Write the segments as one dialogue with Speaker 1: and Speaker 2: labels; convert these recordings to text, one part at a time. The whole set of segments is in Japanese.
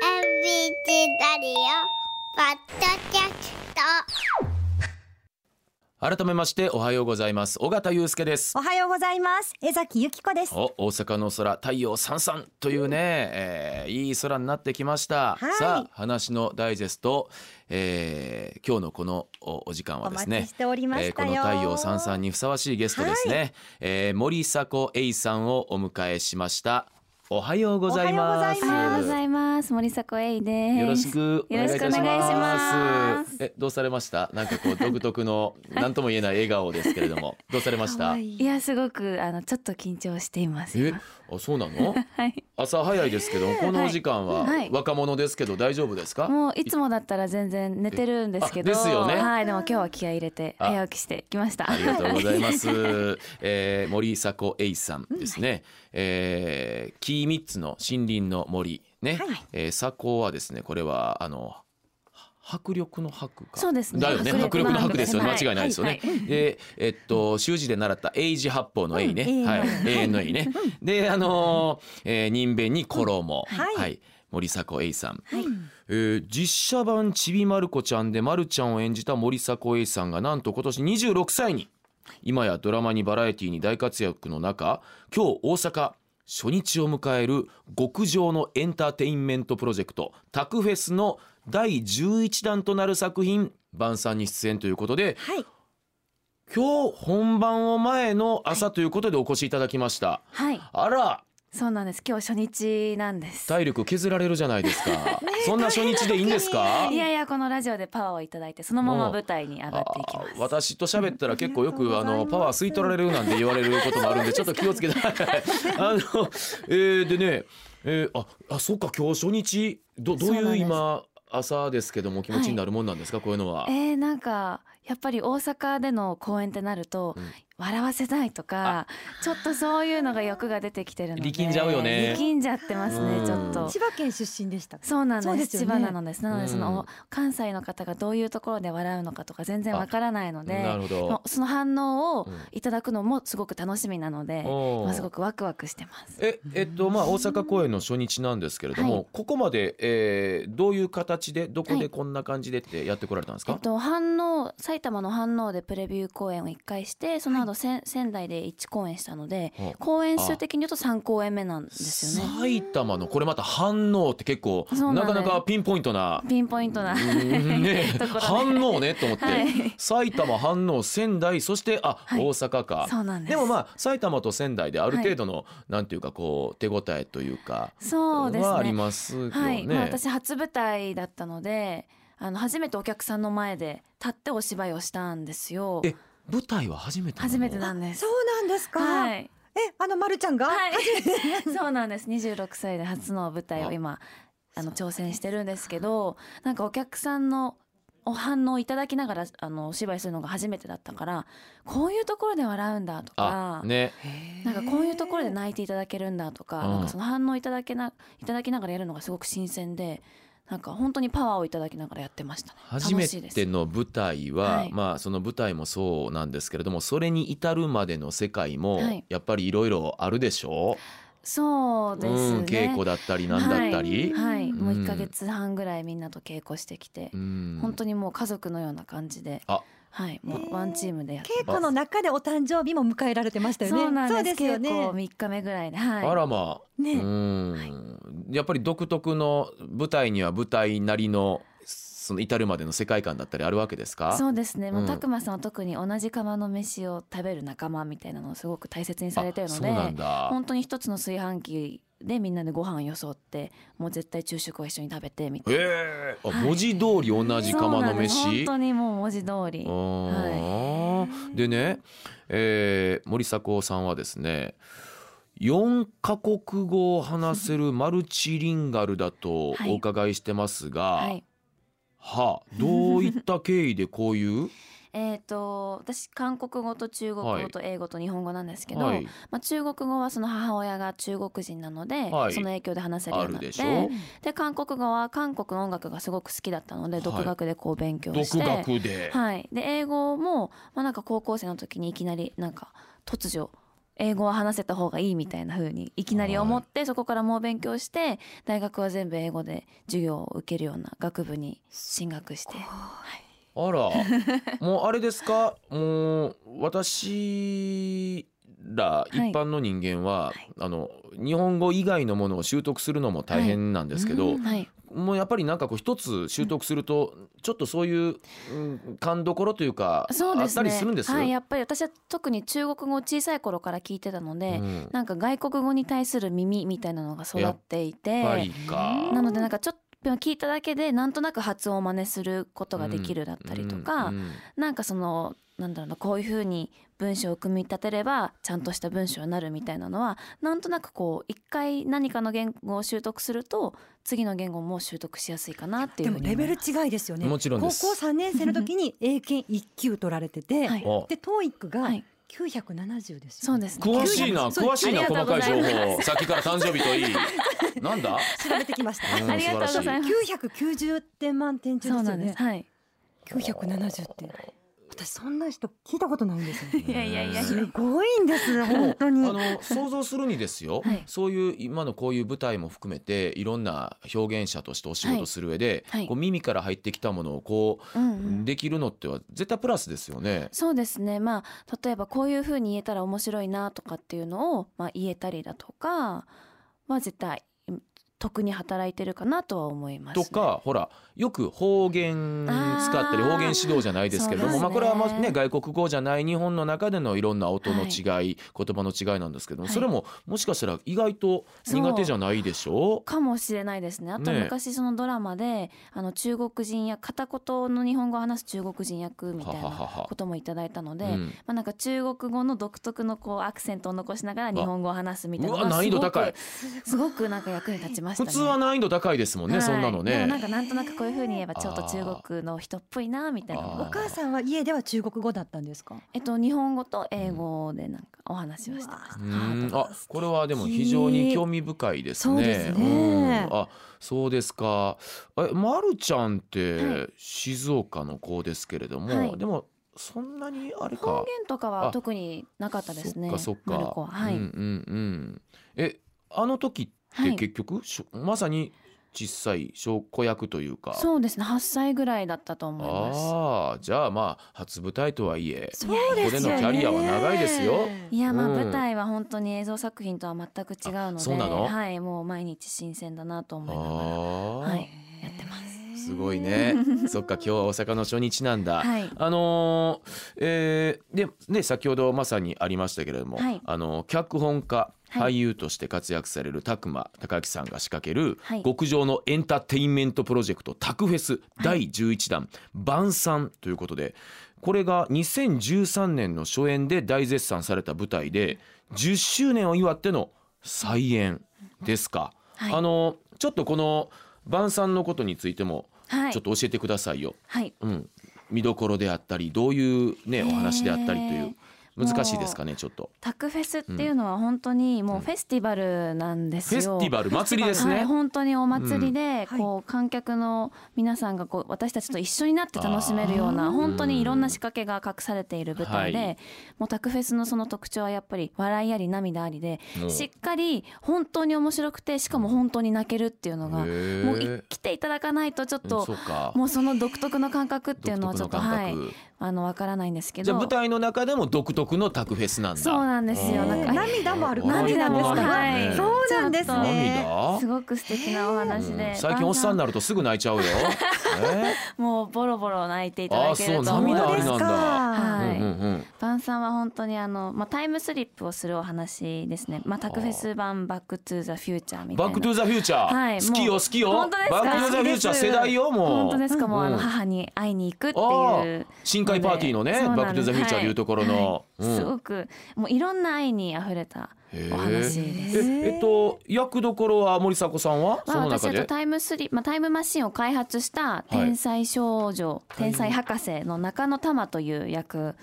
Speaker 1: チラリオパッドキャスト
Speaker 2: 改めましておはようございます尾形祐介です
Speaker 3: おはようございます江崎由紀子です
Speaker 2: お大阪の空太陽さんさんというね、えーいい空になってきました、
Speaker 3: はい
Speaker 2: さあ話のダイジェスト、えー今日のこのおお時間は
Speaker 3: お
Speaker 2: です
Speaker 3: 待
Speaker 2: ね
Speaker 3: ちしておりま
Speaker 2: え
Speaker 3: し
Speaker 2: ーこ
Speaker 3: た
Speaker 2: の
Speaker 3: よ、
Speaker 2: 太陽さんさんにふさわしいゲストですね、えー森迫永依さんをお迎えしましたおはようございます
Speaker 3: お
Speaker 4: おはようござ
Speaker 2: よ
Speaker 4: います。森迫永依です。
Speaker 2: ろしくお願いいたします
Speaker 4: よろしくお願いします
Speaker 2: えどうされましたなんかこう独特の何とも言えない笑顔ですけれどもどうされました
Speaker 4: いや、すごく、あの、ちょっと緊張しています。
Speaker 2: え
Speaker 4: 今、
Speaker 2: あそうなの
Speaker 4: はい。
Speaker 2: 朝早いですけど、このお時間は
Speaker 4: はい
Speaker 2: 若者ですけど大丈夫ですか？
Speaker 4: もういつもだったら全然寝てるんですけど。
Speaker 2: あですよね
Speaker 4: はい、でも今日は気合い入れて、
Speaker 2: あ
Speaker 4: 早起きしてきました。
Speaker 2: ありがとうございます。えー、森迫永依さんですね。えー、キーミッツの森林の森ね。
Speaker 3: はい
Speaker 2: えー、迫はですね、これはあの迫力の迫か。
Speaker 4: そうですね
Speaker 2: だよね。迫
Speaker 4: 迫
Speaker 2: 力
Speaker 4: 力
Speaker 2: の
Speaker 4: の
Speaker 2: 迫ですよね。
Speaker 4: はい
Speaker 2: 間違いないですよね。で、えっと習字で習った永字八方の永
Speaker 3: うん
Speaker 2: ね。
Speaker 3: 永
Speaker 2: はい。
Speaker 3: の
Speaker 2: 永遠の永ね。で、あのー、えー、人弁に衣。
Speaker 3: はい
Speaker 2: はい。森迫永依さん。
Speaker 3: はい、
Speaker 2: えー実写版ちびまる子ちゃんでまるちゃんを演じた森迫永依さんがなんと今年26歳に今やドラマにバラエティに大活躍の中今日大阪初日を迎える極上のエンターテインメントプロジェクト「タクフェス」の第11弾となる作品「晩餐」に出演ということで
Speaker 3: はい、
Speaker 2: 今日本番を前の朝ということでお越しいただきました。
Speaker 4: はい、
Speaker 2: あら
Speaker 4: そうなんです。今日初日なんです。
Speaker 2: 体力削られるじゃないですか。そんな初日でいいんですか
Speaker 4: いやいや、このラジオでパワーをいただいて、そのまま舞台に上がっていきま
Speaker 2: あー
Speaker 4: す。
Speaker 2: 私と喋ったら結構よ
Speaker 3: あり
Speaker 2: くあ
Speaker 3: がとうございます
Speaker 2: のパワー吸い取られるなんて言われることもある んでちょっと気をつけてあの、えーでね、えーああそっか今日初日どどう
Speaker 4: そう
Speaker 2: い
Speaker 4: なん
Speaker 2: う
Speaker 4: です
Speaker 2: 今朝ですけどもお気持ちになるもんなんですか、こういうのは。
Speaker 4: えー、なんかやっぱり大阪での公演ってなると、
Speaker 2: うん
Speaker 4: 笑わせたいとかちょっとそういうのが欲が出てきてるので
Speaker 2: 力んじゃうよね
Speaker 4: 力んじゃってます
Speaker 2: う
Speaker 4: ね
Speaker 2: ん
Speaker 4: ちょっと
Speaker 3: 千葉県出身でした
Speaker 4: そうなんです
Speaker 3: そうですよ
Speaker 4: 千
Speaker 3: ね
Speaker 4: 葉なのですなの
Speaker 2: うん
Speaker 4: でその、お関西の方がどういうところで笑うのかとか全然わからないので
Speaker 2: なるほど
Speaker 4: まあその反応を
Speaker 2: うん
Speaker 4: いただくのもすごく楽しみなので、
Speaker 2: おー
Speaker 4: まあ、すごくワクワクしてます。
Speaker 2: ええっとまあ大阪公演の初日なんですけれども、
Speaker 4: はい
Speaker 2: ここまで、えーどういう形でどこ
Speaker 4: は
Speaker 2: で
Speaker 4: い
Speaker 2: こんな感じでってやってこられたんです
Speaker 4: え
Speaker 2: か、
Speaker 4: っと、反応埼玉の反応でプレビュー公演を1回してその後、せん仙台で1公演したので
Speaker 2: はあ
Speaker 4: 公演数的に言うと3公演目なんですよね。
Speaker 2: 埼玉のこれまた反応って結構
Speaker 4: そうなんで
Speaker 2: な
Speaker 4: す
Speaker 2: かなかピンポイントな
Speaker 4: ピンポイントな、
Speaker 2: うんね
Speaker 4: ところで
Speaker 2: 反応ねと思って、
Speaker 4: はい
Speaker 2: 埼玉反応仙台そしてあ、
Speaker 4: はい
Speaker 2: 大阪か
Speaker 4: そうなんです
Speaker 2: もまあ埼玉と仙台である程度の、なんていうかこう手応えというか
Speaker 4: そうですね
Speaker 2: はありますよね、
Speaker 4: はい、まあ、私初舞台だったのであの初めてお客さんの前で立ってお芝居をしたんですよ
Speaker 2: え舞台は初めてなの
Speaker 4: 初めてなんです
Speaker 3: そうなんですか、
Speaker 4: はい、
Speaker 3: えあのまるちゃんが、
Speaker 4: はい、 そうなんです26歳で初の舞台を今あの挑戦してるんですけどなんかお客さんのお反応をいただきながらあのお芝居するのが初めてだったからこういうところで笑うんだと
Speaker 2: あ
Speaker 4: か、
Speaker 2: ね
Speaker 4: なんかこういうところで泣いていただけるんだとか,、
Speaker 2: うん
Speaker 4: なんかその反応いただけないただきながらやるのがすごく新鮮でなんか本当にパワーをいただきながらやってましたね
Speaker 2: 初め
Speaker 4: 楽しいです
Speaker 2: ての舞台は、
Speaker 4: はい
Speaker 2: まあその舞台もそうなんですけれどもそれに至るまでの世界も
Speaker 4: はい
Speaker 2: やっぱりいろいろあるでしょ
Speaker 4: そうですね、
Speaker 2: ん、稽古だったりなんだったり、
Speaker 4: はい、はいもう
Speaker 2: うん
Speaker 4: 1ヶ月半ぐらいみんなと稽古してきて、
Speaker 2: うん
Speaker 4: 本当にもう家族のような感じで
Speaker 2: あ
Speaker 4: はいもうワンチームでやって
Speaker 3: 稽古の中でお誕生日も迎えられてましたよね
Speaker 4: そうなんです
Speaker 3: よね
Speaker 4: 稽古3日目ぐらいではい
Speaker 2: あらまあ、
Speaker 3: ね
Speaker 2: うーん、やっぱり独特の舞台には舞台なりのその至るまでの世界観だったりあるわけですか
Speaker 4: そうですねもう、
Speaker 2: うん
Speaker 4: たくまさんは特に同じ釜の飯を食べる仲間みたいなのをすごく大切にされてるの
Speaker 2: あ
Speaker 4: で
Speaker 2: そうなんだ
Speaker 4: 本当に一つの炊飯器でみんなでご飯よそってもう絶対昼食を一緒に食べてみたいな、
Speaker 2: えーあ
Speaker 4: はい
Speaker 2: 文字通り同じ釜の
Speaker 4: そうなんです
Speaker 2: 飯
Speaker 4: 本当にもう文字通り
Speaker 2: あーでね、えー森迫さんはですね4カ国語を話せるマルチリンガルだと
Speaker 4: はい
Speaker 2: お伺いしてますが、は
Speaker 4: はい
Speaker 2: あどういった経緯でこういう、
Speaker 4: えー、と私韓国語と中国語と英語と日本語なん ですけど、
Speaker 2: はい、
Speaker 4: まあ、中国語はその母親が中国人なので、
Speaker 2: はい
Speaker 4: その影響で話せるよ
Speaker 2: あ
Speaker 4: う
Speaker 2: る
Speaker 4: になって
Speaker 2: でしょ
Speaker 4: で韓国語は韓国の音楽がすごく好きだったので、
Speaker 2: はい
Speaker 4: 独学でこう勉強して
Speaker 2: 独学で。
Speaker 4: はい、で英語も、まあ、なんか高校生の時にいきなりなんか突如英語は話せた方がいいみたいな風にいきなり思って、そこから猛勉強して大学は全部英語で授業を受けるような学部に進学して
Speaker 2: あら もうあれですかもう私ら一
Speaker 4: はい
Speaker 2: 般の人間は、
Speaker 4: い
Speaker 2: あの日本語以外のものを習得するのも大変なんですけど、
Speaker 3: うん
Speaker 4: はい
Speaker 2: もうやっぱりなんかこう一つ習得すると、ちょっとそういう、うん、勘どころというか
Speaker 4: そうですね
Speaker 2: あったりするんです
Speaker 4: はいやっぱり私は特に中国語を小さい頃から聞いてたので、
Speaker 2: うん
Speaker 4: なんか外国語に対する耳みたいなのが育っていて
Speaker 2: やっぱりか。
Speaker 4: なのでなんかちょっと聞いただけでなんとなく発音を真似することができるだったりとか、
Speaker 2: うんうん
Speaker 4: なんかそのなんだろうなこういうふうに文章を組み立てればちゃんとした文章になるみたいなのはなんとなくこう一回何かの言語を習得すると次の言語も習得しやすいかなってい
Speaker 3: で
Speaker 4: うふ
Speaker 3: も
Speaker 4: うに
Speaker 3: レ
Speaker 4: 思
Speaker 3: ベ
Speaker 4: い
Speaker 3: ル
Speaker 4: ます
Speaker 3: 違いですよね
Speaker 2: もちろんです
Speaker 3: 高校三年生の時に英検一級取られてて、
Speaker 4: はい
Speaker 2: お
Speaker 3: で TOEIC が
Speaker 4: はい
Speaker 3: 970ですよ、
Speaker 4: そうですね
Speaker 2: 詳しいな
Speaker 3: そう
Speaker 2: 詳しいな
Speaker 4: あり
Speaker 2: 細
Speaker 4: がとう
Speaker 2: か
Speaker 4: ご
Speaker 2: い
Speaker 4: ざい
Speaker 2: 情
Speaker 4: ます
Speaker 2: 報さっきから誕生日といいなんだ
Speaker 3: 調べてきました。
Speaker 2: うん
Speaker 4: ありがとうございます
Speaker 3: 990点満点中
Speaker 4: そう
Speaker 3: です
Speaker 4: な
Speaker 3: よ
Speaker 4: んです
Speaker 3: ね。
Speaker 4: はい
Speaker 3: 970って。私そんな人聞いたことないんですよ。
Speaker 4: いやいやいやいや
Speaker 3: すごいんです本当
Speaker 2: あ
Speaker 3: に。
Speaker 2: の想像するにですよ、
Speaker 4: はい
Speaker 2: そういう今のこういう舞台も含めていろんな表現者としてお仕事する上で、
Speaker 4: はいはい
Speaker 2: こう耳から入ってきたものをこ
Speaker 4: うん
Speaker 2: う、
Speaker 4: うん
Speaker 2: できるのっては絶対プラスですよね。
Speaker 4: そうですねまあ例えばこういうふうに言えたら面白いなとかっていうのを、まあ、言えたりだとかは絶対得に働いてるかなとは思います、
Speaker 2: と
Speaker 4: ね。
Speaker 2: かほらよく方言使ったり
Speaker 4: あー
Speaker 2: 方言指導じゃないですけれども、
Speaker 4: そうで
Speaker 2: ま
Speaker 4: すね
Speaker 2: あ、これはまあ、ね、外国語じゃない日本の中でのいろんな音の違い、言葉の違いなんですけども、
Speaker 4: はい
Speaker 2: それももしかしたら意外と苦手じゃないでしょう
Speaker 4: かもしれないですねあと
Speaker 2: ねえ
Speaker 4: 昔そのドラマで、あの中国人や片言の日本語を話す中国人役みたい
Speaker 2: ははは
Speaker 4: な
Speaker 2: は
Speaker 4: こともいただいたので
Speaker 2: うん
Speaker 4: まあ、なんか中国語の独特のこうアクセントを残しながら日本語を話すみたいな
Speaker 2: うわ
Speaker 4: のが
Speaker 2: 難易度高い
Speaker 4: すごくすごくなんか役に立ちまし
Speaker 2: 普
Speaker 4: たね。
Speaker 2: 通は難易度高いですもんね、
Speaker 4: はい
Speaker 2: そんなの
Speaker 4: でも
Speaker 2: ね
Speaker 4: なんかなんとなくこういう風に言えばちょっと中国の人っぽいなみたい
Speaker 2: あ
Speaker 4: な
Speaker 2: ー
Speaker 3: お母さんは家では中国語だったんですか。
Speaker 4: えっと日本語と英語でなんかお話をしてました。
Speaker 2: うーんあこれはでも非常に興味深いですね。
Speaker 3: そうですね
Speaker 2: んあそうですか。えまるちゃんって静岡の子ですけれども、
Speaker 4: はい
Speaker 2: でもそんなにあれ
Speaker 4: 方
Speaker 2: か。
Speaker 4: 言とか
Speaker 2: あ
Speaker 4: は特になかったですね。
Speaker 2: そっかそ
Speaker 4: マ
Speaker 2: っ
Speaker 4: ル
Speaker 2: か。
Speaker 4: コははい、
Speaker 2: うんうんうん。えあの時って結局、しょまさに小さい小子役というか。
Speaker 4: そうですね。8歳ぐらいだったと思いま
Speaker 2: ああじゃあまあ初舞台とはいえ
Speaker 4: す。
Speaker 3: そうですよね
Speaker 2: ここでのキャリアは長いですよ
Speaker 4: いやまあ
Speaker 2: うん
Speaker 4: 舞台は本当に映像作品とは全く違うの
Speaker 2: あ
Speaker 4: で、
Speaker 2: そうなの
Speaker 4: はいもう毎日新鮮だなと思いながら
Speaker 2: ああ、
Speaker 4: はいやってます。
Speaker 2: すごい ね。そっか今日は大阪の初日なんだ。
Speaker 4: はい
Speaker 2: あのーえーでね先ほどまさにありましたけれども、
Speaker 4: はい
Speaker 2: あの脚本家
Speaker 4: は
Speaker 2: 俳
Speaker 4: い
Speaker 2: 優として活躍される拓磨高木さんが仕掛ける
Speaker 4: はい
Speaker 2: 極上のエンターテインメントプロジェクト「タクフェス」第11弾「晩餐」ということでこれが2013年の初演で大絶賛された舞台で10周年を祝っての再演ですか。
Speaker 4: はい
Speaker 2: あのちょっとこの晩餐のことについても
Speaker 4: はい
Speaker 2: ちょっと教えてくださいよ。
Speaker 4: はい。
Speaker 2: うん、見どころであったりどういう、ね、お話であったりという
Speaker 4: えー
Speaker 2: 難しいですかねちょっと。
Speaker 4: タクフェスっていうのは本当にもうフェスティバルなんです
Speaker 2: フェ
Speaker 4: よ。
Speaker 2: スティバル祭りです
Speaker 4: はい、
Speaker 2: ね。
Speaker 4: 本当にお祭りで、
Speaker 3: うん
Speaker 4: こう観客の皆さんがこう私たちと一緒になって楽しめるよう
Speaker 3: あ
Speaker 4: な
Speaker 3: ー
Speaker 4: 本当にいろんな仕掛けが隠されている舞台で、
Speaker 2: はい
Speaker 4: もうタクフェスのその特徴はやっぱり笑いあり涙ありで
Speaker 2: もう
Speaker 4: しっかり本当に面白くてしかも本当に泣けるっていうのが
Speaker 2: へー
Speaker 4: もうい来ていただかないとちょっ
Speaker 2: そ
Speaker 4: と
Speaker 2: うか
Speaker 4: もうその独特の感覚っていう
Speaker 2: 独
Speaker 4: のは
Speaker 2: 特
Speaker 4: ちょ
Speaker 2: の
Speaker 4: っと
Speaker 2: 感
Speaker 4: はい
Speaker 2: 覚、
Speaker 4: あのわからないんですけ
Speaker 2: じゃあ
Speaker 4: ど
Speaker 2: 舞台の中でも独特のタクフェスなんだ。
Speaker 4: そうなんですよ。
Speaker 2: う
Speaker 4: なんか
Speaker 3: 涙もある。
Speaker 4: 涙も
Speaker 3: なんですか
Speaker 4: はい
Speaker 3: そうなんですね。
Speaker 2: 涙
Speaker 4: すごく素敵なお話で、
Speaker 2: 最近おっさんになるとすぐ泣いちゃ うよ。え
Speaker 4: もうボロボロ泣いていただけると
Speaker 2: あそう
Speaker 4: 思い
Speaker 2: 涙あ
Speaker 4: ま
Speaker 2: り
Speaker 4: す
Speaker 2: な。んだ
Speaker 3: は
Speaker 4: はい
Speaker 2: うんうんうん
Speaker 4: バンさんは本当にあの、まあ、タイムスリップをするお話ですね。まあ、タクフェス版バックトゥーザフューチャーみたいな。
Speaker 2: バックトゥザフューチャー、
Speaker 4: はい
Speaker 2: 好きよ
Speaker 4: も
Speaker 2: 好
Speaker 4: う
Speaker 2: きよ
Speaker 4: 本当ですか
Speaker 2: バックトゥザフューチャー世代よもう
Speaker 4: 本当ですか、もうあ
Speaker 2: う
Speaker 4: の
Speaker 2: ん
Speaker 4: 母に会いに行くって
Speaker 2: あ
Speaker 4: い
Speaker 2: ー
Speaker 4: う。
Speaker 2: 深海パーティーのね
Speaker 4: そう
Speaker 2: バック
Speaker 4: な
Speaker 2: ト
Speaker 4: ん
Speaker 2: ゥ
Speaker 4: で
Speaker 2: ザ
Speaker 4: す
Speaker 2: フューチャーでいうところの、
Speaker 4: はい
Speaker 2: うん
Speaker 4: すごく、もういろんな愛に溢れたお話です。
Speaker 2: ええっと役どころは森迫さんはそ
Speaker 4: まあ、
Speaker 2: の
Speaker 4: 私
Speaker 2: 中
Speaker 4: だと
Speaker 2: で
Speaker 4: タイムスリ、まあ、タイムマシンを開発した天才少女、天才博士の中野玉という役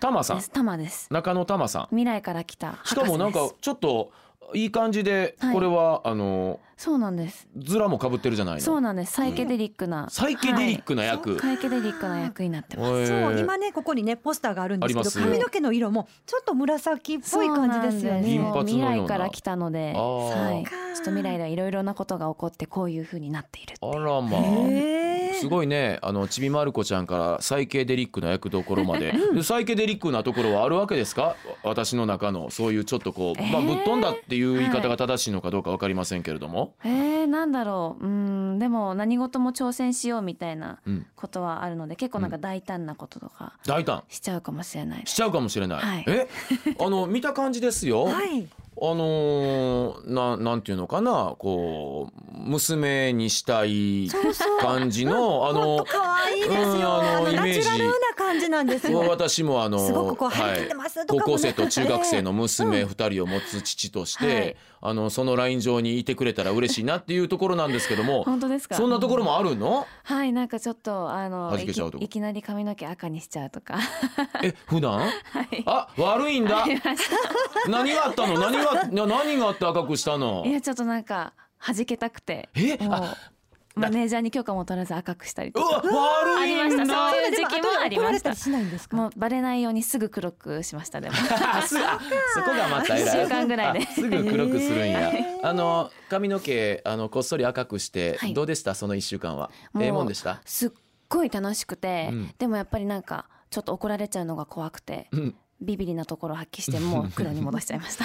Speaker 2: タマさ
Speaker 4: で
Speaker 2: ん
Speaker 4: す。玉です。
Speaker 2: 中野タマさん
Speaker 4: 未来から来た博
Speaker 2: し
Speaker 4: 士
Speaker 2: かもなんかちょっといい感じで
Speaker 4: はい
Speaker 2: これは、あの
Speaker 4: そうなんです
Speaker 2: ズラも被ってるじゃないの
Speaker 4: そうなんですサイケデリックな、
Speaker 2: サイケデリックな役、
Speaker 4: はいサイケデリックな役になってます
Speaker 2: へ
Speaker 3: そ
Speaker 2: ー
Speaker 3: う今ねここにねポスターがあるんです
Speaker 2: あ
Speaker 3: け
Speaker 2: り
Speaker 3: ど
Speaker 2: ます
Speaker 3: 髪の毛の色もちょっと紫っぽい感じですよね。
Speaker 2: 銀髪のような
Speaker 4: 未来から来たので、
Speaker 2: あー
Speaker 4: はい、ち
Speaker 3: そっか
Speaker 4: ょっと未来ではいろいろなことが起こってこういう風になっているっていう
Speaker 2: あらまあ、
Speaker 3: へー
Speaker 2: すごいねあのちびまる子ちゃんからサイケデリックな役どころまででサイケデリックなところはあるわけですかわ私の中のそういうちょっとこう、まあ、
Speaker 4: えー
Speaker 2: ぶっ飛んだっていう言い方が正しいのかどうか分かりませんけれども、
Speaker 4: えー、なんだろううーんでも何事も挑戦しようみたいな
Speaker 2: うん、
Speaker 4: ことはあるので結構なんか大胆なこととか
Speaker 2: 大胆
Speaker 4: しちゃうかもしれないです
Speaker 2: しちゃうかもしれない、
Speaker 4: はい
Speaker 2: えあの見た感じですよ、
Speaker 3: はい。
Speaker 2: あのー、ななんていうのかなこう娘にしたい
Speaker 3: そうそう。
Speaker 2: 感じのあ
Speaker 3: 本当
Speaker 2: の
Speaker 3: 可愛いです
Speaker 2: うん
Speaker 3: よ。
Speaker 2: あ
Speaker 3: あ
Speaker 2: の
Speaker 3: の
Speaker 2: イ
Speaker 3: ナ
Speaker 2: メージ
Speaker 3: チュラルな感じなんですよ。
Speaker 2: 私もあの
Speaker 3: すごくこう
Speaker 2: はい
Speaker 3: 張り切ってま
Speaker 2: 高
Speaker 3: すとかもね
Speaker 2: 校生と中学生の娘
Speaker 3: う
Speaker 2: 2人を持つ父として、
Speaker 4: はい
Speaker 2: あのそのライン上にいてくれたら嬉しいなっていうところなんですけど も
Speaker 4: 本当ですか
Speaker 2: そんなところもあるの
Speaker 4: はいなんかちょっとあの
Speaker 2: 弾け
Speaker 4: いき
Speaker 2: ちゃうとこ
Speaker 4: いきなり髪の毛赤にしちゃうとか
Speaker 2: え普段
Speaker 4: はい
Speaker 2: あ悪いん だ何があったの何がな何があって赤くしたの
Speaker 4: いやちょっとなんか弾けたくて
Speaker 2: え
Speaker 4: も
Speaker 2: あ
Speaker 4: うマネージャーに許可も取らず赤くしたり
Speaker 2: う
Speaker 4: とか
Speaker 2: わ悪いんだ
Speaker 4: ありましたそういう
Speaker 3: で
Speaker 4: 時
Speaker 3: も後
Speaker 4: 期
Speaker 3: で
Speaker 4: もあり
Speaker 3: 怒ら
Speaker 4: ま
Speaker 3: れ
Speaker 4: したた
Speaker 3: りしないんですか。
Speaker 4: もうバレないようにすぐ黒くしました でも
Speaker 2: あすあそこがまた偉い
Speaker 4: 一週間ぐらいで
Speaker 2: あすぐ黒くするんや、
Speaker 3: へー
Speaker 2: あの髪の毛あのこっそり赤くして、
Speaker 4: はい
Speaker 2: どうでしたその1週間は
Speaker 4: もう
Speaker 2: ええもんでした
Speaker 4: すっごい楽しくて、
Speaker 2: うん
Speaker 4: でもやっぱりなんかちょっと怒られちゃうのが怖くて
Speaker 2: うん
Speaker 4: ビビリなところを発揮してもう黒に戻しちゃいました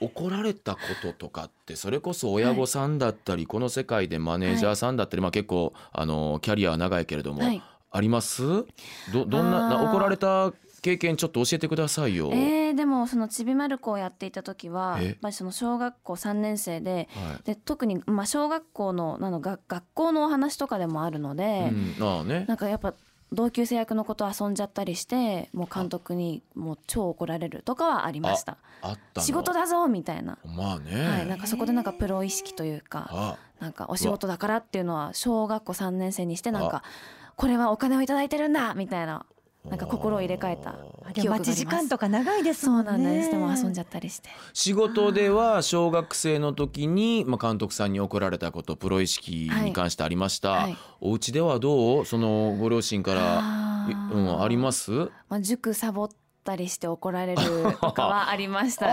Speaker 2: 怒られたこととかってそれこそ親御さんだったり、この世界でマネージャーさんだったり、まあ、結構あのキャリアは長いけれども、
Speaker 4: はい
Speaker 2: ありますどどんな
Speaker 4: あー
Speaker 2: な怒られた経験ちょっと教えてくださいよ。
Speaker 4: えー、でもそのちびまる子をやっていた時は
Speaker 2: え
Speaker 4: やっぱりその小学校3年生で
Speaker 2: は
Speaker 4: で特にまあ小学校のなのが学校のお話とかでもあるの
Speaker 2: い
Speaker 4: で、
Speaker 2: うん、ああね
Speaker 4: なんかやっぱ同級生役の子と遊んじゃったりしてもう監督にもう超怒られるとかはありました
Speaker 2: あったの
Speaker 4: 仕事だぞみたいな、
Speaker 2: まあね、
Speaker 4: はい、なんかそこでなんかプロ意識というか
Speaker 2: あ
Speaker 4: なんかお仕事だからっていうのは小学校3年生にしてなんかこれはお金をいただいてるんだみたいななんか心を入れ替えた
Speaker 3: で
Speaker 4: 記
Speaker 3: も
Speaker 4: 憶
Speaker 3: 待
Speaker 4: がありま
Speaker 3: ち
Speaker 4: す
Speaker 3: 時間とか長いです
Speaker 4: そ
Speaker 3: も
Speaker 4: うん
Speaker 3: ね。
Speaker 4: なんです、でも遊んじゃったりして
Speaker 2: 仕事では小学生の時に、まあ、監督さんに怒られたことプロ意識に関してありました、
Speaker 4: はいはい
Speaker 2: お家ではどうそのご両親から
Speaker 4: あ
Speaker 2: い
Speaker 4: ー
Speaker 2: うん、あります
Speaker 4: まあ、塾サボったりして怒られるとかはありましたね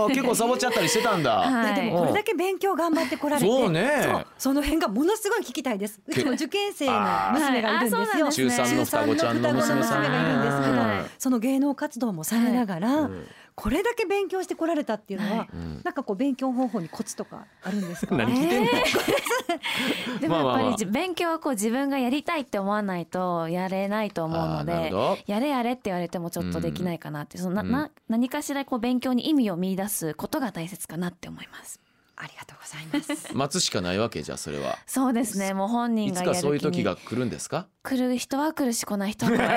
Speaker 2: あー結構サボっちゃったりしてたんだ、
Speaker 4: はい
Speaker 3: いやでもこれだけ勉強頑張ってこられて、
Speaker 2: そうね
Speaker 3: そうその辺がものすごい聞きたいです。うちも受験生の娘がいるんですよ。
Speaker 4: はいあそうなんです
Speaker 2: 中
Speaker 4: ね
Speaker 2: 3の双子ちゃんの娘さんね
Speaker 3: 中三の双子の娘がいるんですけど
Speaker 2: はい
Speaker 3: その芸能活動もされながら、
Speaker 2: ん
Speaker 3: これだけ勉強してこられたっていうのは、
Speaker 4: はい
Speaker 2: うん
Speaker 3: なんかこう勉強方法にコツとかあるんですか。
Speaker 2: 何聞いてんの、
Speaker 4: でもやっ
Speaker 2: まあまあま
Speaker 4: ぱ
Speaker 2: あ
Speaker 4: り勉強はこう自分がやりたいって思わないとやれないと思う
Speaker 2: あー
Speaker 4: の
Speaker 2: なる
Speaker 4: で
Speaker 2: ほど
Speaker 4: やれやれって言われてもちょっとできないかなって、そのな
Speaker 2: うん
Speaker 4: な何かしらこう勉強に意味を見出すことが大切かなって思います。
Speaker 3: ありがとうございます。
Speaker 2: 待つしかないわけじゃあそれは
Speaker 4: そうですねもう本
Speaker 2: い
Speaker 4: 人が
Speaker 2: つ
Speaker 4: やる
Speaker 2: か
Speaker 4: 気に
Speaker 2: そういう時が来るんですか
Speaker 4: 来る人は来るし来ない人は来な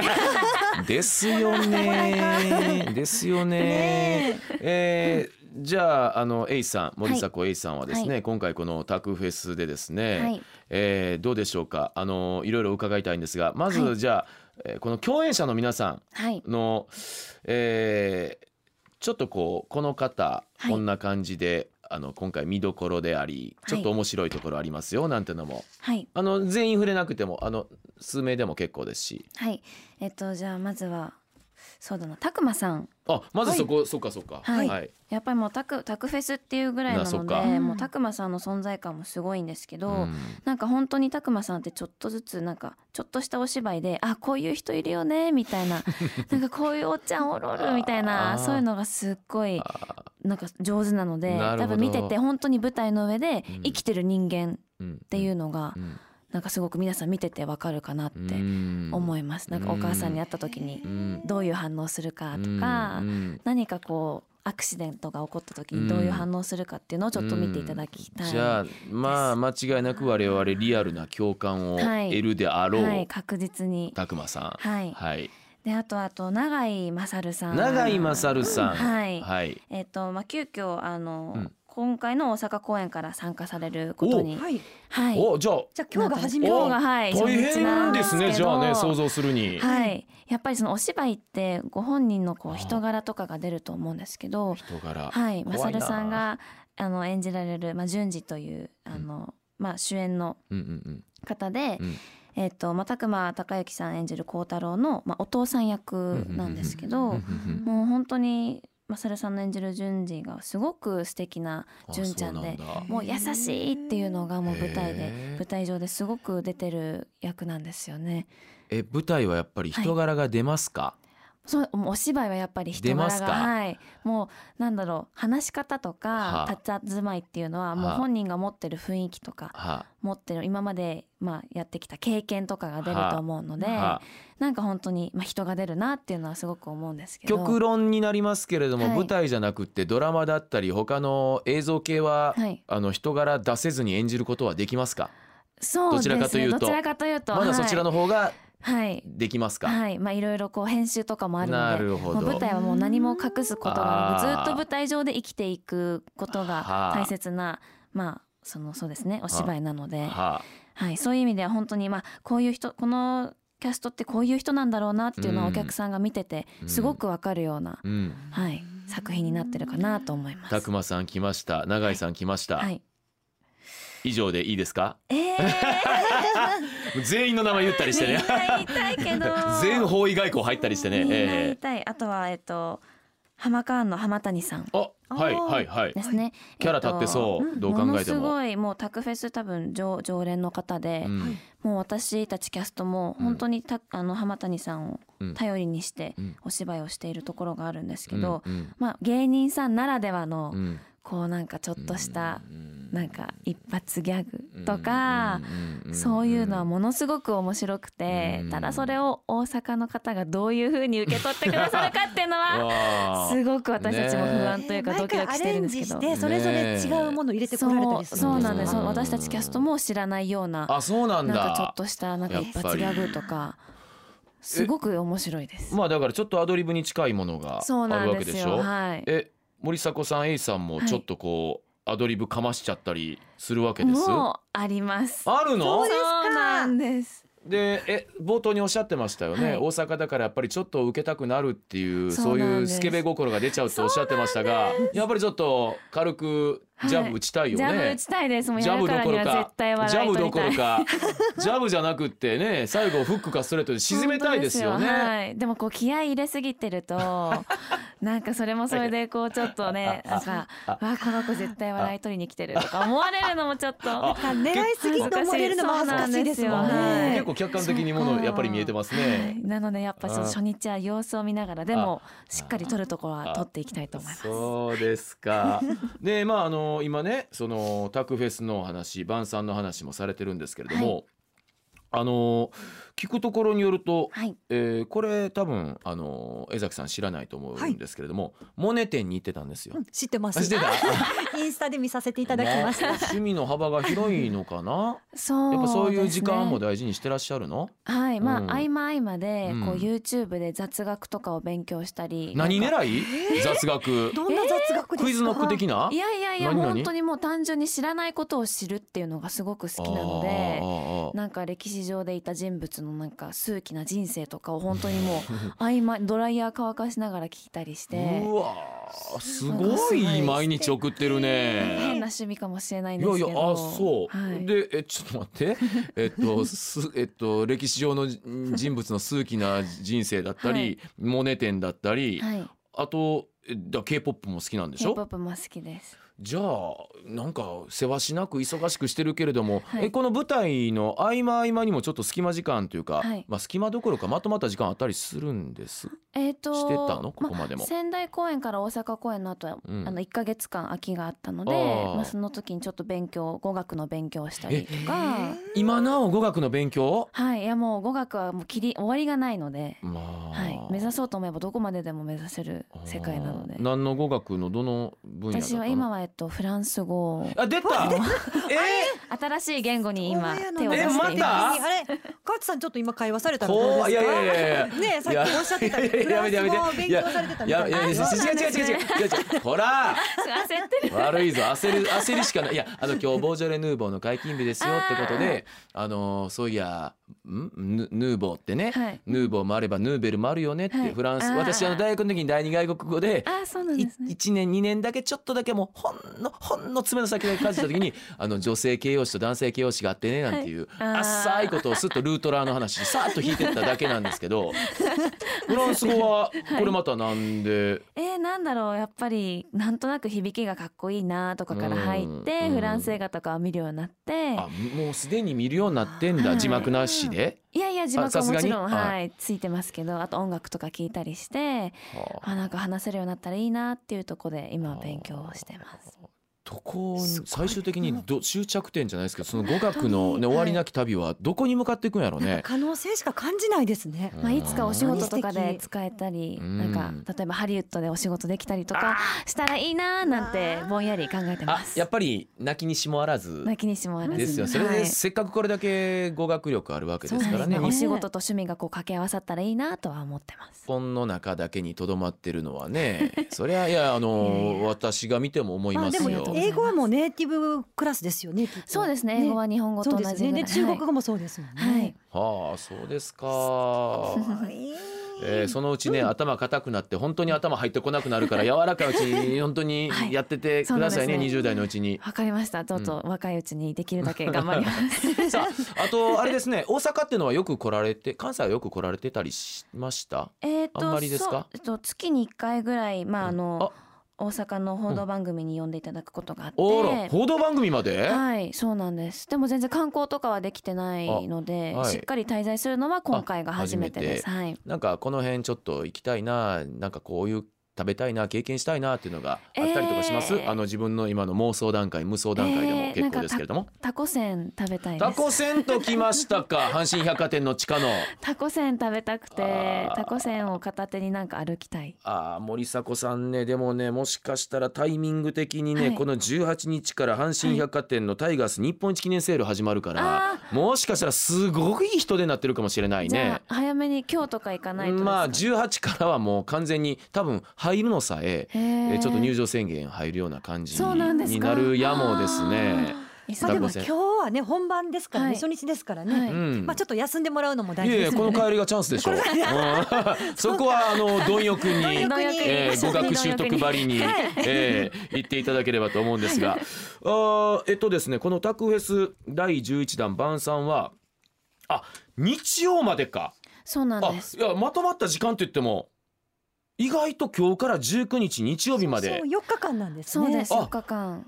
Speaker 4: い
Speaker 2: ですよ ね。ですよね。えーじゃああの A さん森迫 A さんはですね、
Speaker 4: は
Speaker 2: 今回このタクフェスでですね、
Speaker 4: はい
Speaker 2: えーどうでしょうかあのいろいろ伺いたいんですがまず、
Speaker 4: はい
Speaker 2: じゃあ、えーこの共演者の皆さ
Speaker 4: はい
Speaker 2: んの、えーちょっとこうこの方、
Speaker 4: はい
Speaker 2: こんな感じであの今回見どころでありちょっと
Speaker 4: はい
Speaker 2: 面白いところありますよ、なんてのも
Speaker 4: はい
Speaker 2: あの全員触れなくてもあの数名でも結構ですし
Speaker 4: はいえっとじゃあまずはそうだなたくまさん
Speaker 2: あまずそこ、そっかそっか
Speaker 4: はい
Speaker 2: はい
Speaker 4: やっぱりもうタクタクフェスっていうぐらいな
Speaker 2: あそっ
Speaker 4: の
Speaker 2: か
Speaker 4: で
Speaker 3: うん
Speaker 4: もうたくまさんの存在感もすごいんですけど、
Speaker 2: うん
Speaker 4: なんか本当にたくまさんってちょっとずつなんかちょっとしたお芝居であこういう人いるよねみた いななんかこういうおっちゃんおるおるみたい
Speaker 2: あ
Speaker 4: な
Speaker 2: ー
Speaker 4: そういうのがすっごいなんか上手なので
Speaker 2: なるほど
Speaker 4: 多分見てて本当に舞台の上で
Speaker 2: うん
Speaker 4: 生きてる人間っ
Speaker 2: って
Speaker 4: いうのが
Speaker 2: うん
Speaker 4: なんかすごく皆さん見ててわかるかなって思います。なんかお母さんに会った時に
Speaker 2: うん
Speaker 4: どういう反応するかとか
Speaker 2: うん
Speaker 4: 何かこうアクシデントが起こった時にどういう反応するかっていうのをちょっと見ていただきたい。
Speaker 2: じゃあまあ間違いなく我々リアルな共感を
Speaker 4: はい
Speaker 2: 得るであろ
Speaker 4: はいう確実に。
Speaker 2: たくまさん
Speaker 4: はい。
Speaker 2: はい
Speaker 4: であとあと永井勝さん。
Speaker 2: 永井勝さん
Speaker 4: はい
Speaker 2: はい
Speaker 4: えっ、とまあ急遽あの、
Speaker 2: うん
Speaker 4: 今回の大阪公演から参加されることに
Speaker 3: はい。
Speaker 4: はい
Speaker 2: おじゃあ
Speaker 3: じゃあ今日が初め
Speaker 4: 今日
Speaker 2: お
Speaker 4: がはい
Speaker 2: 大変ですねじゃあね想
Speaker 4: 像
Speaker 2: 像するに、
Speaker 4: はいやっぱりそのお芝居ってご本人のこう人柄とかが出ると思うんですけど
Speaker 2: 人柄
Speaker 4: はい、
Speaker 2: 怖
Speaker 4: マ
Speaker 2: いな
Speaker 4: サルさんがあの演じられる、まあ、順次というあの、まあ、主演の
Speaker 2: うんうん
Speaker 4: 方で、
Speaker 2: うん
Speaker 4: えっとまあ、拓磨孝之さん演じる孝太郎の、まあ、お父さん役なんですけ
Speaker 2: うん
Speaker 4: ど、
Speaker 2: うんうん
Speaker 4: もう本当にマサルさんの演じる順次がすごく素敵な
Speaker 2: あ
Speaker 4: 純ちゃんで
Speaker 2: そうなんだ
Speaker 4: もう優しいっていうのがもう舞台
Speaker 2: へ
Speaker 4: で
Speaker 2: ー
Speaker 4: 舞台上ですごく出てる役なんですよね。
Speaker 2: え舞台はやっぱり人柄が出ますか、
Speaker 4: そうもうお芝居はやっぱり人
Speaker 2: 出ま
Speaker 4: 柄
Speaker 2: す
Speaker 4: が
Speaker 2: か
Speaker 4: はいもうなんだろう話し方と
Speaker 2: は
Speaker 4: か
Speaker 2: あ
Speaker 4: 立ちまいっていうのはもう
Speaker 2: はあ
Speaker 4: 本人が持ってる雰囲気とか
Speaker 2: は
Speaker 4: 持ってる今までまあやってきた経験とかが出ると思うので
Speaker 2: あはあ
Speaker 4: なんか本当にまあ人が出るなっていうのはすごく思うんですけど
Speaker 2: 極論になりますけれども、
Speaker 4: はい
Speaker 2: 舞台じゃなくってドラマだったり他の映像系は、
Speaker 4: はい
Speaker 2: あの人柄出せずに演じることはできますか
Speaker 4: そうですね
Speaker 2: どちらかというと
Speaker 4: どちらかというと
Speaker 2: まだそちらの方が
Speaker 4: はい
Speaker 2: できますか、
Speaker 4: はい、はいまあいろいろこう編集とかもあるので
Speaker 2: なるほど
Speaker 4: もう舞台はもう何も隠すことが
Speaker 2: あ
Speaker 4: な
Speaker 2: ー
Speaker 4: くずっと舞台上で生きていくこと
Speaker 2: は
Speaker 4: が
Speaker 2: あ
Speaker 4: 大切なまあそのそうですねお芝居なので、
Speaker 2: はあ
Speaker 4: はい、そういう意味では本当にまあこういう人このキャストってこういう人なんだろうなっていうのは
Speaker 2: うん
Speaker 4: お客さんが見ててすごくわかるような、
Speaker 2: うん、
Speaker 4: はい、作品になってるかなと思います。
Speaker 2: たくまさん来ました永井さん来ました、
Speaker 4: はい、
Speaker 2: 以上でいいですか
Speaker 4: え ー、
Speaker 2: 全員の名前言ったりして
Speaker 4: みん
Speaker 2: ね
Speaker 4: な言いたいけど
Speaker 2: 全方位外交入ったりしてね
Speaker 4: みんな言い
Speaker 2: え
Speaker 4: たいあとはえっと浜カーンの浜谷さん
Speaker 2: えあはいはいはい
Speaker 4: ですね。
Speaker 2: キャラ立ってそう
Speaker 4: えと
Speaker 2: どう考えても
Speaker 4: のすごいもうタクフェス多分常常連の方で、
Speaker 2: うん
Speaker 4: もう私たちキャストも本当にた、あの浜谷さんを
Speaker 2: うん
Speaker 4: 頼りにして
Speaker 2: うん
Speaker 4: お芝居をしているところがあるんですけど、
Speaker 2: うん
Speaker 4: まあ芸人さんならではの、
Speaker 2: うん
Speaker 4: こうなんかちょっとした、
Speaker 2: うん
Speaker 4: なんか一発ギャグとか、そういうのはものすごく面白くて、
Speaker 2: うん
Speaker 4: ただそれを大阪の方がどういうふうに受け取ってくださるかっていう のは
Speaker 2: は
Speaker 4: すごく私たちも不安というかドキドキしてるんですけど
Speaker 3: 毎回アレンジしてそれぞれ違うものを入れてこられた
Speaker 4: そう
Speaker 3: りする
Speaker 4: そうなんですす
Speaker 2: ね
Speaker 4: そう私たちキャストも知らないような
Speaker 2: あそうなん
Speaker 4: な
Speaker 2: だ
Speaker 4: んかちょっとしたなんか
Speaker 2: やっ
Speaker 4: 一
Speaker 2: ぱり
Speaker 4: 発ギャグとかすごく面白いです。
Speaker 2: まあだからちょっとアドリブに近いものが
Speaker 4: そう
Speaker 2: あ
Speaker 4: な
Speaker 2: るわ
Speaker 4: ん
Speaker 2: け
Speaker 4: で
Speaker 2: ですし
Speaker 4: よ。
Speaker 2: ょ
Speaker 4: はい。
Speaker 2: え森迫さん A さんも
Speaker 4: はい
Speaker 2: ちょっとこう、アドリブかましちゃったりするわけです
Speaker 4: も
Speaker 2: あ
Speaker 4: うあります。
Speaker 2: る
Speaker 4: そ
Speaker 2: の
Speaker 4: うなんです。
Speaker 2: でえ冒頭におっしゃってましたよね、
Speaker 4: はい
Speaker 2: 大阪だからやっぱりちょっと受けたくなるっていうそ
Speaker 4: そううなん
Speaker 2: いう
Speaker 4: です
Speaker 2: スケベ心が出ちゃうとおっしゃってましたがやっぱりちょっと軽くジャブ打ちたいよ
Speaker 4: ジ
Speaker 2: ね、
Speaker 4: ャブ打ちたいです。もう
Speaker 2: ジ
Speaker 4: や
Speaker 2: ャ
Speaker 4: る
Speaker 2: ブ
Speaker 4: から
Speaker 2: どこ
Speaker 4: に
Speaker 2: ろ
Speaker 4: は
Speaker 2: か
Speaker 4: 絶対
Speaker 2: ジャ
Speaker 4: 笑い
Speaker 2: ブ
Speaker 4: 取
Speaker 2: ど
Speaker 4: り
Speaker 2: こ
Speaker 4: た
Speaker 2: ろ
Speaker 4: い。
Speaker 2: かジャブじゃなくってね最後フックかストレートで沈めたいですよね
Speaker 4: 本当はい。でもこう気合い入れすぎてると、なんかそれもそれでこうちょっとね、なんかわこの子絶対笑い取りに来てるとか思われるのもちょっと。
Speaker 3: なんか狙いすぎと思われるのも恥ずかしいですもん
Speaker 4: そうなんです
Speaker 3: ね
Speaker 2: 結。構客観的にものやっぱり見えてます
Speaker 4: は
Speaker 2: ね
Speaker 4: い。なのでやっぱちょっと初日は様子を見ながらでもしっかり撮るところは撮っていきたいと思います。
Speaker 2: そうです か。で、まあ、あの、今ね、そのタクフェスのお話、晩餐の話もされてるんですけれども。あの、聞くところによると、
Speaker 4: はい。
Speaker 2: えーこれ多分、あの、江崎さん知らないと思うんですけれども。モネ店に行ってたんですよ
Speaker 3: う。ん知ってま
Speaker 2: あ知
Speaker 3: す。
Speaker 2: ってた
Speaker 3: インスタで見させていただきまし
Speaker 2: あ
Speaker 3: た。
Speaker 2: 趣味の幅が広いのかな。
Speaker 4: そう、
Speaker 2: やっぱそういう時間も。大事にしてらっしゃるの。
Speaker 4: はい、まあ、
Speaker 2: うん
Speaker 4: 合間合間で
Speaker 2: うん
Speaker 4: こう YouTube で雑学とかを勉強したり。
Speaker 2: 何
Speaker 4: なんか。
Speaker 2: 狙い。雑学。
Speaker 3: どんな雑学ですか。
Speaker 2: クイズノック的ない
Speaker 4: やいやいや
Speaker 2: 何々
Speaker 4: 本当にもう単純に知らないことを知るっていうのがすごく好きなので
Speaker 2: あー。あーあー
Speaker 4: なんか歴史上でいた人物のなんか数奇な人生とかを本当にもう合間ドライヤー乾かしながら聞いたりして
Speaker 2: うわーすごい毎日送ってる
Speaker 4: 変
Speaker 2: ね。
Speaker 4: な趣味かもしれないん
Speaker 2: い
Speaker 4: です
Speaker 2: や
Speaker 4: け
Speaker 2: い
Speaker 4: ど
Speaker 2: やあそう、
Speaker 4: はい、
Speaker 2: でえちょっと待 ってえっとすえっと歴史上の人物の数奇な人生だったり、
Speaker 4: はい
Speaker 2: モネ展だったり、
Speaker 4: はい、
Speaker 2: あとえだ K-POP も好きなんでし
Speaker 4: k p
Speaker 2: ょ
Speaker 4: o p も好きです
Speaker 2: じゃあなんかせわしなく忙しくしてるけれども、
Speaker 4: はい
Speaker 2: えこの舞台の合間合間にもちょっと隙間時間というか、
Speaker 4: はい
Speaker 2: まあ隙間どころかまとまった時間あったりするんです
Speaker 4: えっ、と
Speaker 2: してたのここまでも
Speaker 4: あ仙台公演から大阪公演の後は、
Speaker 2: うん
Speaker 4: あの1か月間空きがあったので
Speaker 2: あー
Speaker 4: まあ、その時にちょっと勉強語学の勉強をしたりとか
Speaker 2: 今なお語学の勉強
Speaker 4: はいいやもう語学はもう切り終わりがないので、
Speaker 2: まあ、
Speaker 4: はい、目指そうと思えばどこまででも目指せる世界なので
Speaker 2: あー何の語学のどの分野だった
Speaker 4: 私
Speaker 2: の
Speaker 4: は今はえっとフランス語を
Speaker 2: あ出たえ
Speaker 4: 新しい言語に今手を出
Speaker 2: え
Speaker 4: してい
Speaker 2: ま
Speaker 4: ま
Speaker 2: た
Speaker 4: す
Speaker 3: あれ、カツさんちょっと今会話されたのどうです
Speaker 2: こ
Speaker 3: か。
Speaker 2: ういやいやいやいや。
Speaker 3: ねえ、さっきおっしゃってた。
Speaker 2: いやい
Speaker 3: フ
Speaker 2: や
Speaker 3: ラ
Speaker 2: やめてや
Speaker 3: ンス
Speaker 2: めて
Speaker 3: 語を勉
Speaker 2: いや
Speaker 3: 強されてたみ
Speaker 2: いや
Speaker 3: たい
Speaker 2: い
Speaker 3: な。
Speaker 2: や違う違う
Speaker 4: そうなんですね
Speaker 2: 違う違う違う違うほら
Speaker 4: 焦ってる
Speaker 2: 悪いぞ焦る焦りしかないいやあの今日ボージョレ・ヌーボーの解禁日ですよってことであのーそういやんヌヌーボーってね、
Speaker 4: はい
Speaker 2: ヌーボーもあればヌーベルもあるよねって、
Speaker 4: はい
Speaker 2: フランス
Speaker 4: あー
Speaker 2: 私あの大学の時に第二外国語で
Speaker 4: あそうなん
Speaker 2: い
Speaker 4: ですね
Speaker 2: 1年2年だけちょっとだけもうほんのほんの爪の先だけ感じた時 にあの女性形容詞と男性形容詞があってねなんていう、
Speaker 4: はいあー
Speaker 2: 浅いことをすっとルートラーの話にさーっと引いてっただけなんですけ どフランス語はこれまたなんで、
Speaker 4: えー、なんだろうやっぱりなんとなく響きがかっこいいなとかから入って、
Speaker 2: うん
Speaker 4: フランス映画とかを見るようになって
Speaker 2: あもうすでに見るようになってんだ、
Speaker 4: はい
Speaker 2: 字幕なしで。
Speaker 4: いやいや字幕
Speaker 2: さ
Speaker 4: は
Speaker 2: す
Speaker 4: も
Speaker 2: がに
Speaker 4: ちろん、
Speaker 2: は
Speaker 4: はい、ついてますけどあと音楽とか聞いたりして
Speaker 2: はあ
Speaker 4: あなんか話せるようになったらいいなっていうところで今は勉強をしてます。
Speaker 2: どこに
Speaker 3: すごい
Speaker 2: 最終的にど終着点じゃないですけどその語学の、ね、終わりなき旅はどこに向かっていくんやろうね。
Speaker 3: 可能性しか感じないですね。
Speaker 4: まあ、いつかお仕事とか
Speaker 3: うん
Speaker 4: で使えたり
Speaker 2: うん
Speaker 4: なんか例えばハリウッドでお仕事できたりとかしたらいいななんてぼんやり考えてま
Speaker 2: あ
Speaker 4: す
Speaker 2: や。っぱり泣きにしもあらず
Speaker 4: 泣きにしもあらず
Speaker 2: ですよ。それでせっかくこれだけ語学力あるわけですからね。
Speaker 4: そう
Speaker 2: 日
Speaker 4: お仕事と趣味がこう掛け合わさったらいいなとは思ってます。
Speaker 2: 本の中だけにとどまってるのは ね、そりゃいやあの
Speaker 4: いやいや
Speaker 2: 私が見ても思い
Speaker 3: ま
Speaker 2: ま
Speaker 3: あですも
Speaker 2: よ。
Speaker 3: 英語はもうネイティブクラスですよね。きっと
Speaker 4: そうですね。英語は日本語と
Speaker 3: そう
Speaker 4: 同
Speaker 3: で
Speaker 4: じ
Speaker 3: す
Speaker 4: ぐ
Speaker 3: ね。
Speaker 4: らい
Speaker 3: で中国語もそうですもんね。
Speaker 4: はいはい
Speaker 2: はあそうです か。えーそのうちね、頭固くなって本当に頭入ってこなくなるから柔らかいうちに本当に
Speaker 4: はい
Speaker 2: やっててくださいね、
Speaker 4: そうなんですね
Speaker 2: 20代のうちに。
Speaker 4: わかりました。とうとう若いうちにできるだけ頑張 ります。
Speaker 2: さああとあれですね大阪っていうのはよく来られて関西はよく来られてたりしました
Speaker 4: えっ
Speaker 2: あんま
Speaker 4: と、
Speaker 2: りです
Speaker 4: そう
Speaker 2: か
Speaker 4: えっと月に一回ぐらいまああの
Speaker 2: あ
Speaker 4: 大阪の報道番組に呼んでいただくことがあって。
Speaker 2: おら報道番組まで、
Speaker 4: はい、そうなんです。でも全然観光とかはできてないので、
Speaker 2: あはい
Speaker 4: しっかり滞在するのは今回が初めてです。はい。
Speaker 2: なんかこの辺ちょっと行きたいななんかこういう食べたいな経験したいなっていうのがあったりとかします、
Speaker 4: えー
Speaker 2: あの自分の今の妄想段階無想段階でも結構ですけれども、
Speaker 4: タコせん食べたいです。
Speaker 2: タコせんと来ましたか 阪神百貨店の地下の
Speaker 4: タコせん食べたくて
Speaker 2: あー
Speaker 4: タコせんを片手になんか歩きたい
Speaker 2: あー森迫さんねでもねもしかしたらタイミング的にね、
Speaker 4: はい
Speaker 2: この18日から阪神百貨店のタイガース日本一記念セール始まるから、
Speaker 4: あ
Speaker 2: もしかしたらすごい人出になってるかもしれない
Speaker 4: じゃ
Speaker 2: ね
Speaker 4: あ。早めに今日とか行かないとですか
Speaker 2: まあ18からはもう完全に多分入るのさえ
Speaker 4: へ
Speaker 2: え
Speaker 4: ー
Speaker 2: ーちょっと入場宣言入るような感じ
Speaker 4: そうなんですか
Speaker 2: になるやもですね。
Speaker 3: まあでも
Speaker 2: 学生
Speaker 3: 今日はね本番ですからね、
Speaker 4: はい
Speaker 3: 初日ですから
Speaker 4: は
Speaker 3: ね、
Speaker 4: い
Speaker 2: うん
Speaker 3: まあちょっと休んでもらうのも大
Speaker 2: い
Speaker 3: 事
Speaker 2: やい
Speaker 3: で
Speaker 2: や
Speaker 3: す
Speaker 2: こ
Speaker 3: よ
Speaker 2: の
Speaker 3: ね。
Speaker 2: 帰りがチャンスでしょ。うん そこはあの貪欲に
Speaker 3: 貪欲に
Speaker 2: えー語学習得ばりに
Speaker 4: はい
Speaker 2: えー言っていただければと思うんですが、あーえっとですねこのタクフェス第11弾晩さんはあ日曜までか。
Speaker 4: そうなん
Speaker 2: あ
Speaker 4: です
Speaker 2: いやまとまった時間といっても意外と今日から19日日曜日まで
Speaker 3: そう四日間なんですね。
Speaker 4: そうです
Speaker 2: あ
Speaker 4: 4日間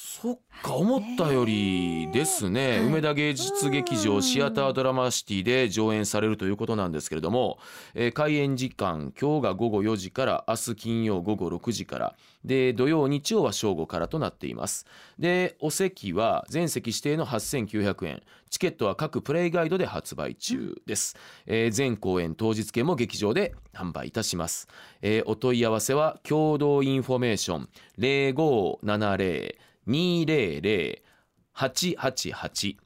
Speaker 2: そっか思ったよりですね、
Speaker 4: はい
Speaker 2: 梅田芸術劇場シアタードラマシティで上演されるということなんですけれども、えー開演時間今日が午後4時から明日金曜午後6時からで土曜日曜は正午からとなっていますでお席は全席指定の8900円チケットは各プレイガイドで発売中です、えー全公演当日券も劇場で販売いたします、えーお問い合わせは共同インフォメーション0570 200-888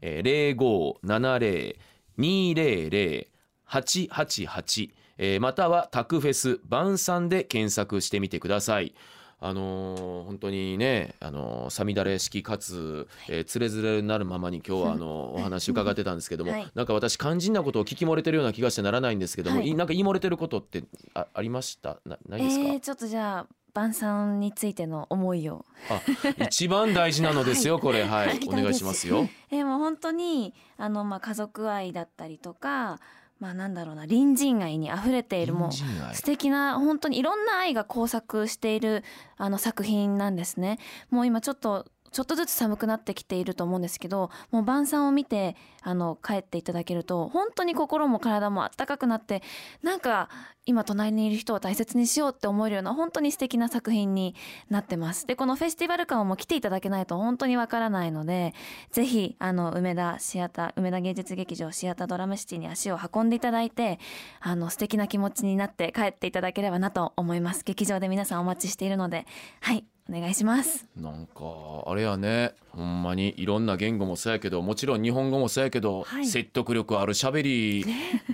Speaker 2: えー0570-200-888えーまたはタクフェス晩餐で検索してみてください。あのー本当にね、あのー、さみだれ式かつ、えー、つれづれになるままに今日 はあのーお話伺ってたんですけども、
Speaker 4: はい
Speaker 2: なんか私肝心なことを聞き漏れてるような気がしてならないんですけども、
Speaker 4: はい
Speaker 2: いなんか言い漏れてることってあありましたなないですか、
Speaker 4: えーちょっとじゃあ晩餐についての思いを
Speaker 2: あ、一番大事なの ですよ、これ、はい、
Speaker 3: 聞き
Speaker 2: お
Speaker 3: たいです
Speaker 2: 願いしますよ。
Speaker 4: えーもう本当にあのまあ家族愛だったりとかまあなんだろうな隣人愛に溢れているもう
Speaker 2: 隣人愛
Speaker 4: 素敵な本当にいろんな愛が交錯しているあの作品なんですね。もう今ちょっとちょっとずつ寒くなってきていると思うんですけどもう晩餐を見てあの帰っていただけると本当に心も体も温かくなってなんか今隣にいる人を大切にしようって思えるような本当に素敵な作品になってますでこのフェスティバル感も来ていただけないと本当にわからないのでぜひあの梅田シアター梅田芸術劇場シアタードラムシティに足を運んでいただいてあの素敵な気持ちになって帰っていただければなと思います劇場で皆さんお待ちしているのではいお願いします
Speaker 2: なんかあれやねほんまにいろんな言語もそうやけどもちろん日本語もそうやけど、
Speaker 3: はい
Speaker 2: 説得力あるしゃべり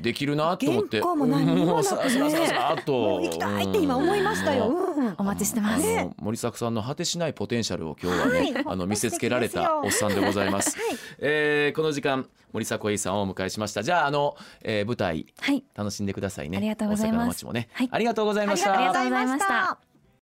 Speaker 2: できるなと思って
Speaker 3: 言語も何にもなくね
Speaker 2: さらさらさらさらっ
Speaker 3: も
Speaker 2: と
Speaker 3: う行きたいって今思いましたよ。
Speaker 2: うん
Speaker 3: うん
Speaker 4: お待ちしてます、
Speaker 2: あの森作さんの果てしないポテンシャルを今日はね、あの見せつけられたおっさんでございます、えーこの時間森迫永依さんをお迎えしましたじゃああの、えー舞台
Speaker 4: はい
Speaker 2: 楽しんでくださいね
Speaker 4: ありがとうござい
Speaker 2: 大阪
Speaker 4: ます
Speaker 2: の街もね、
Speaker 4: はい
Speaker 2: ありがとうございました
Speaker 4: ありがとうございました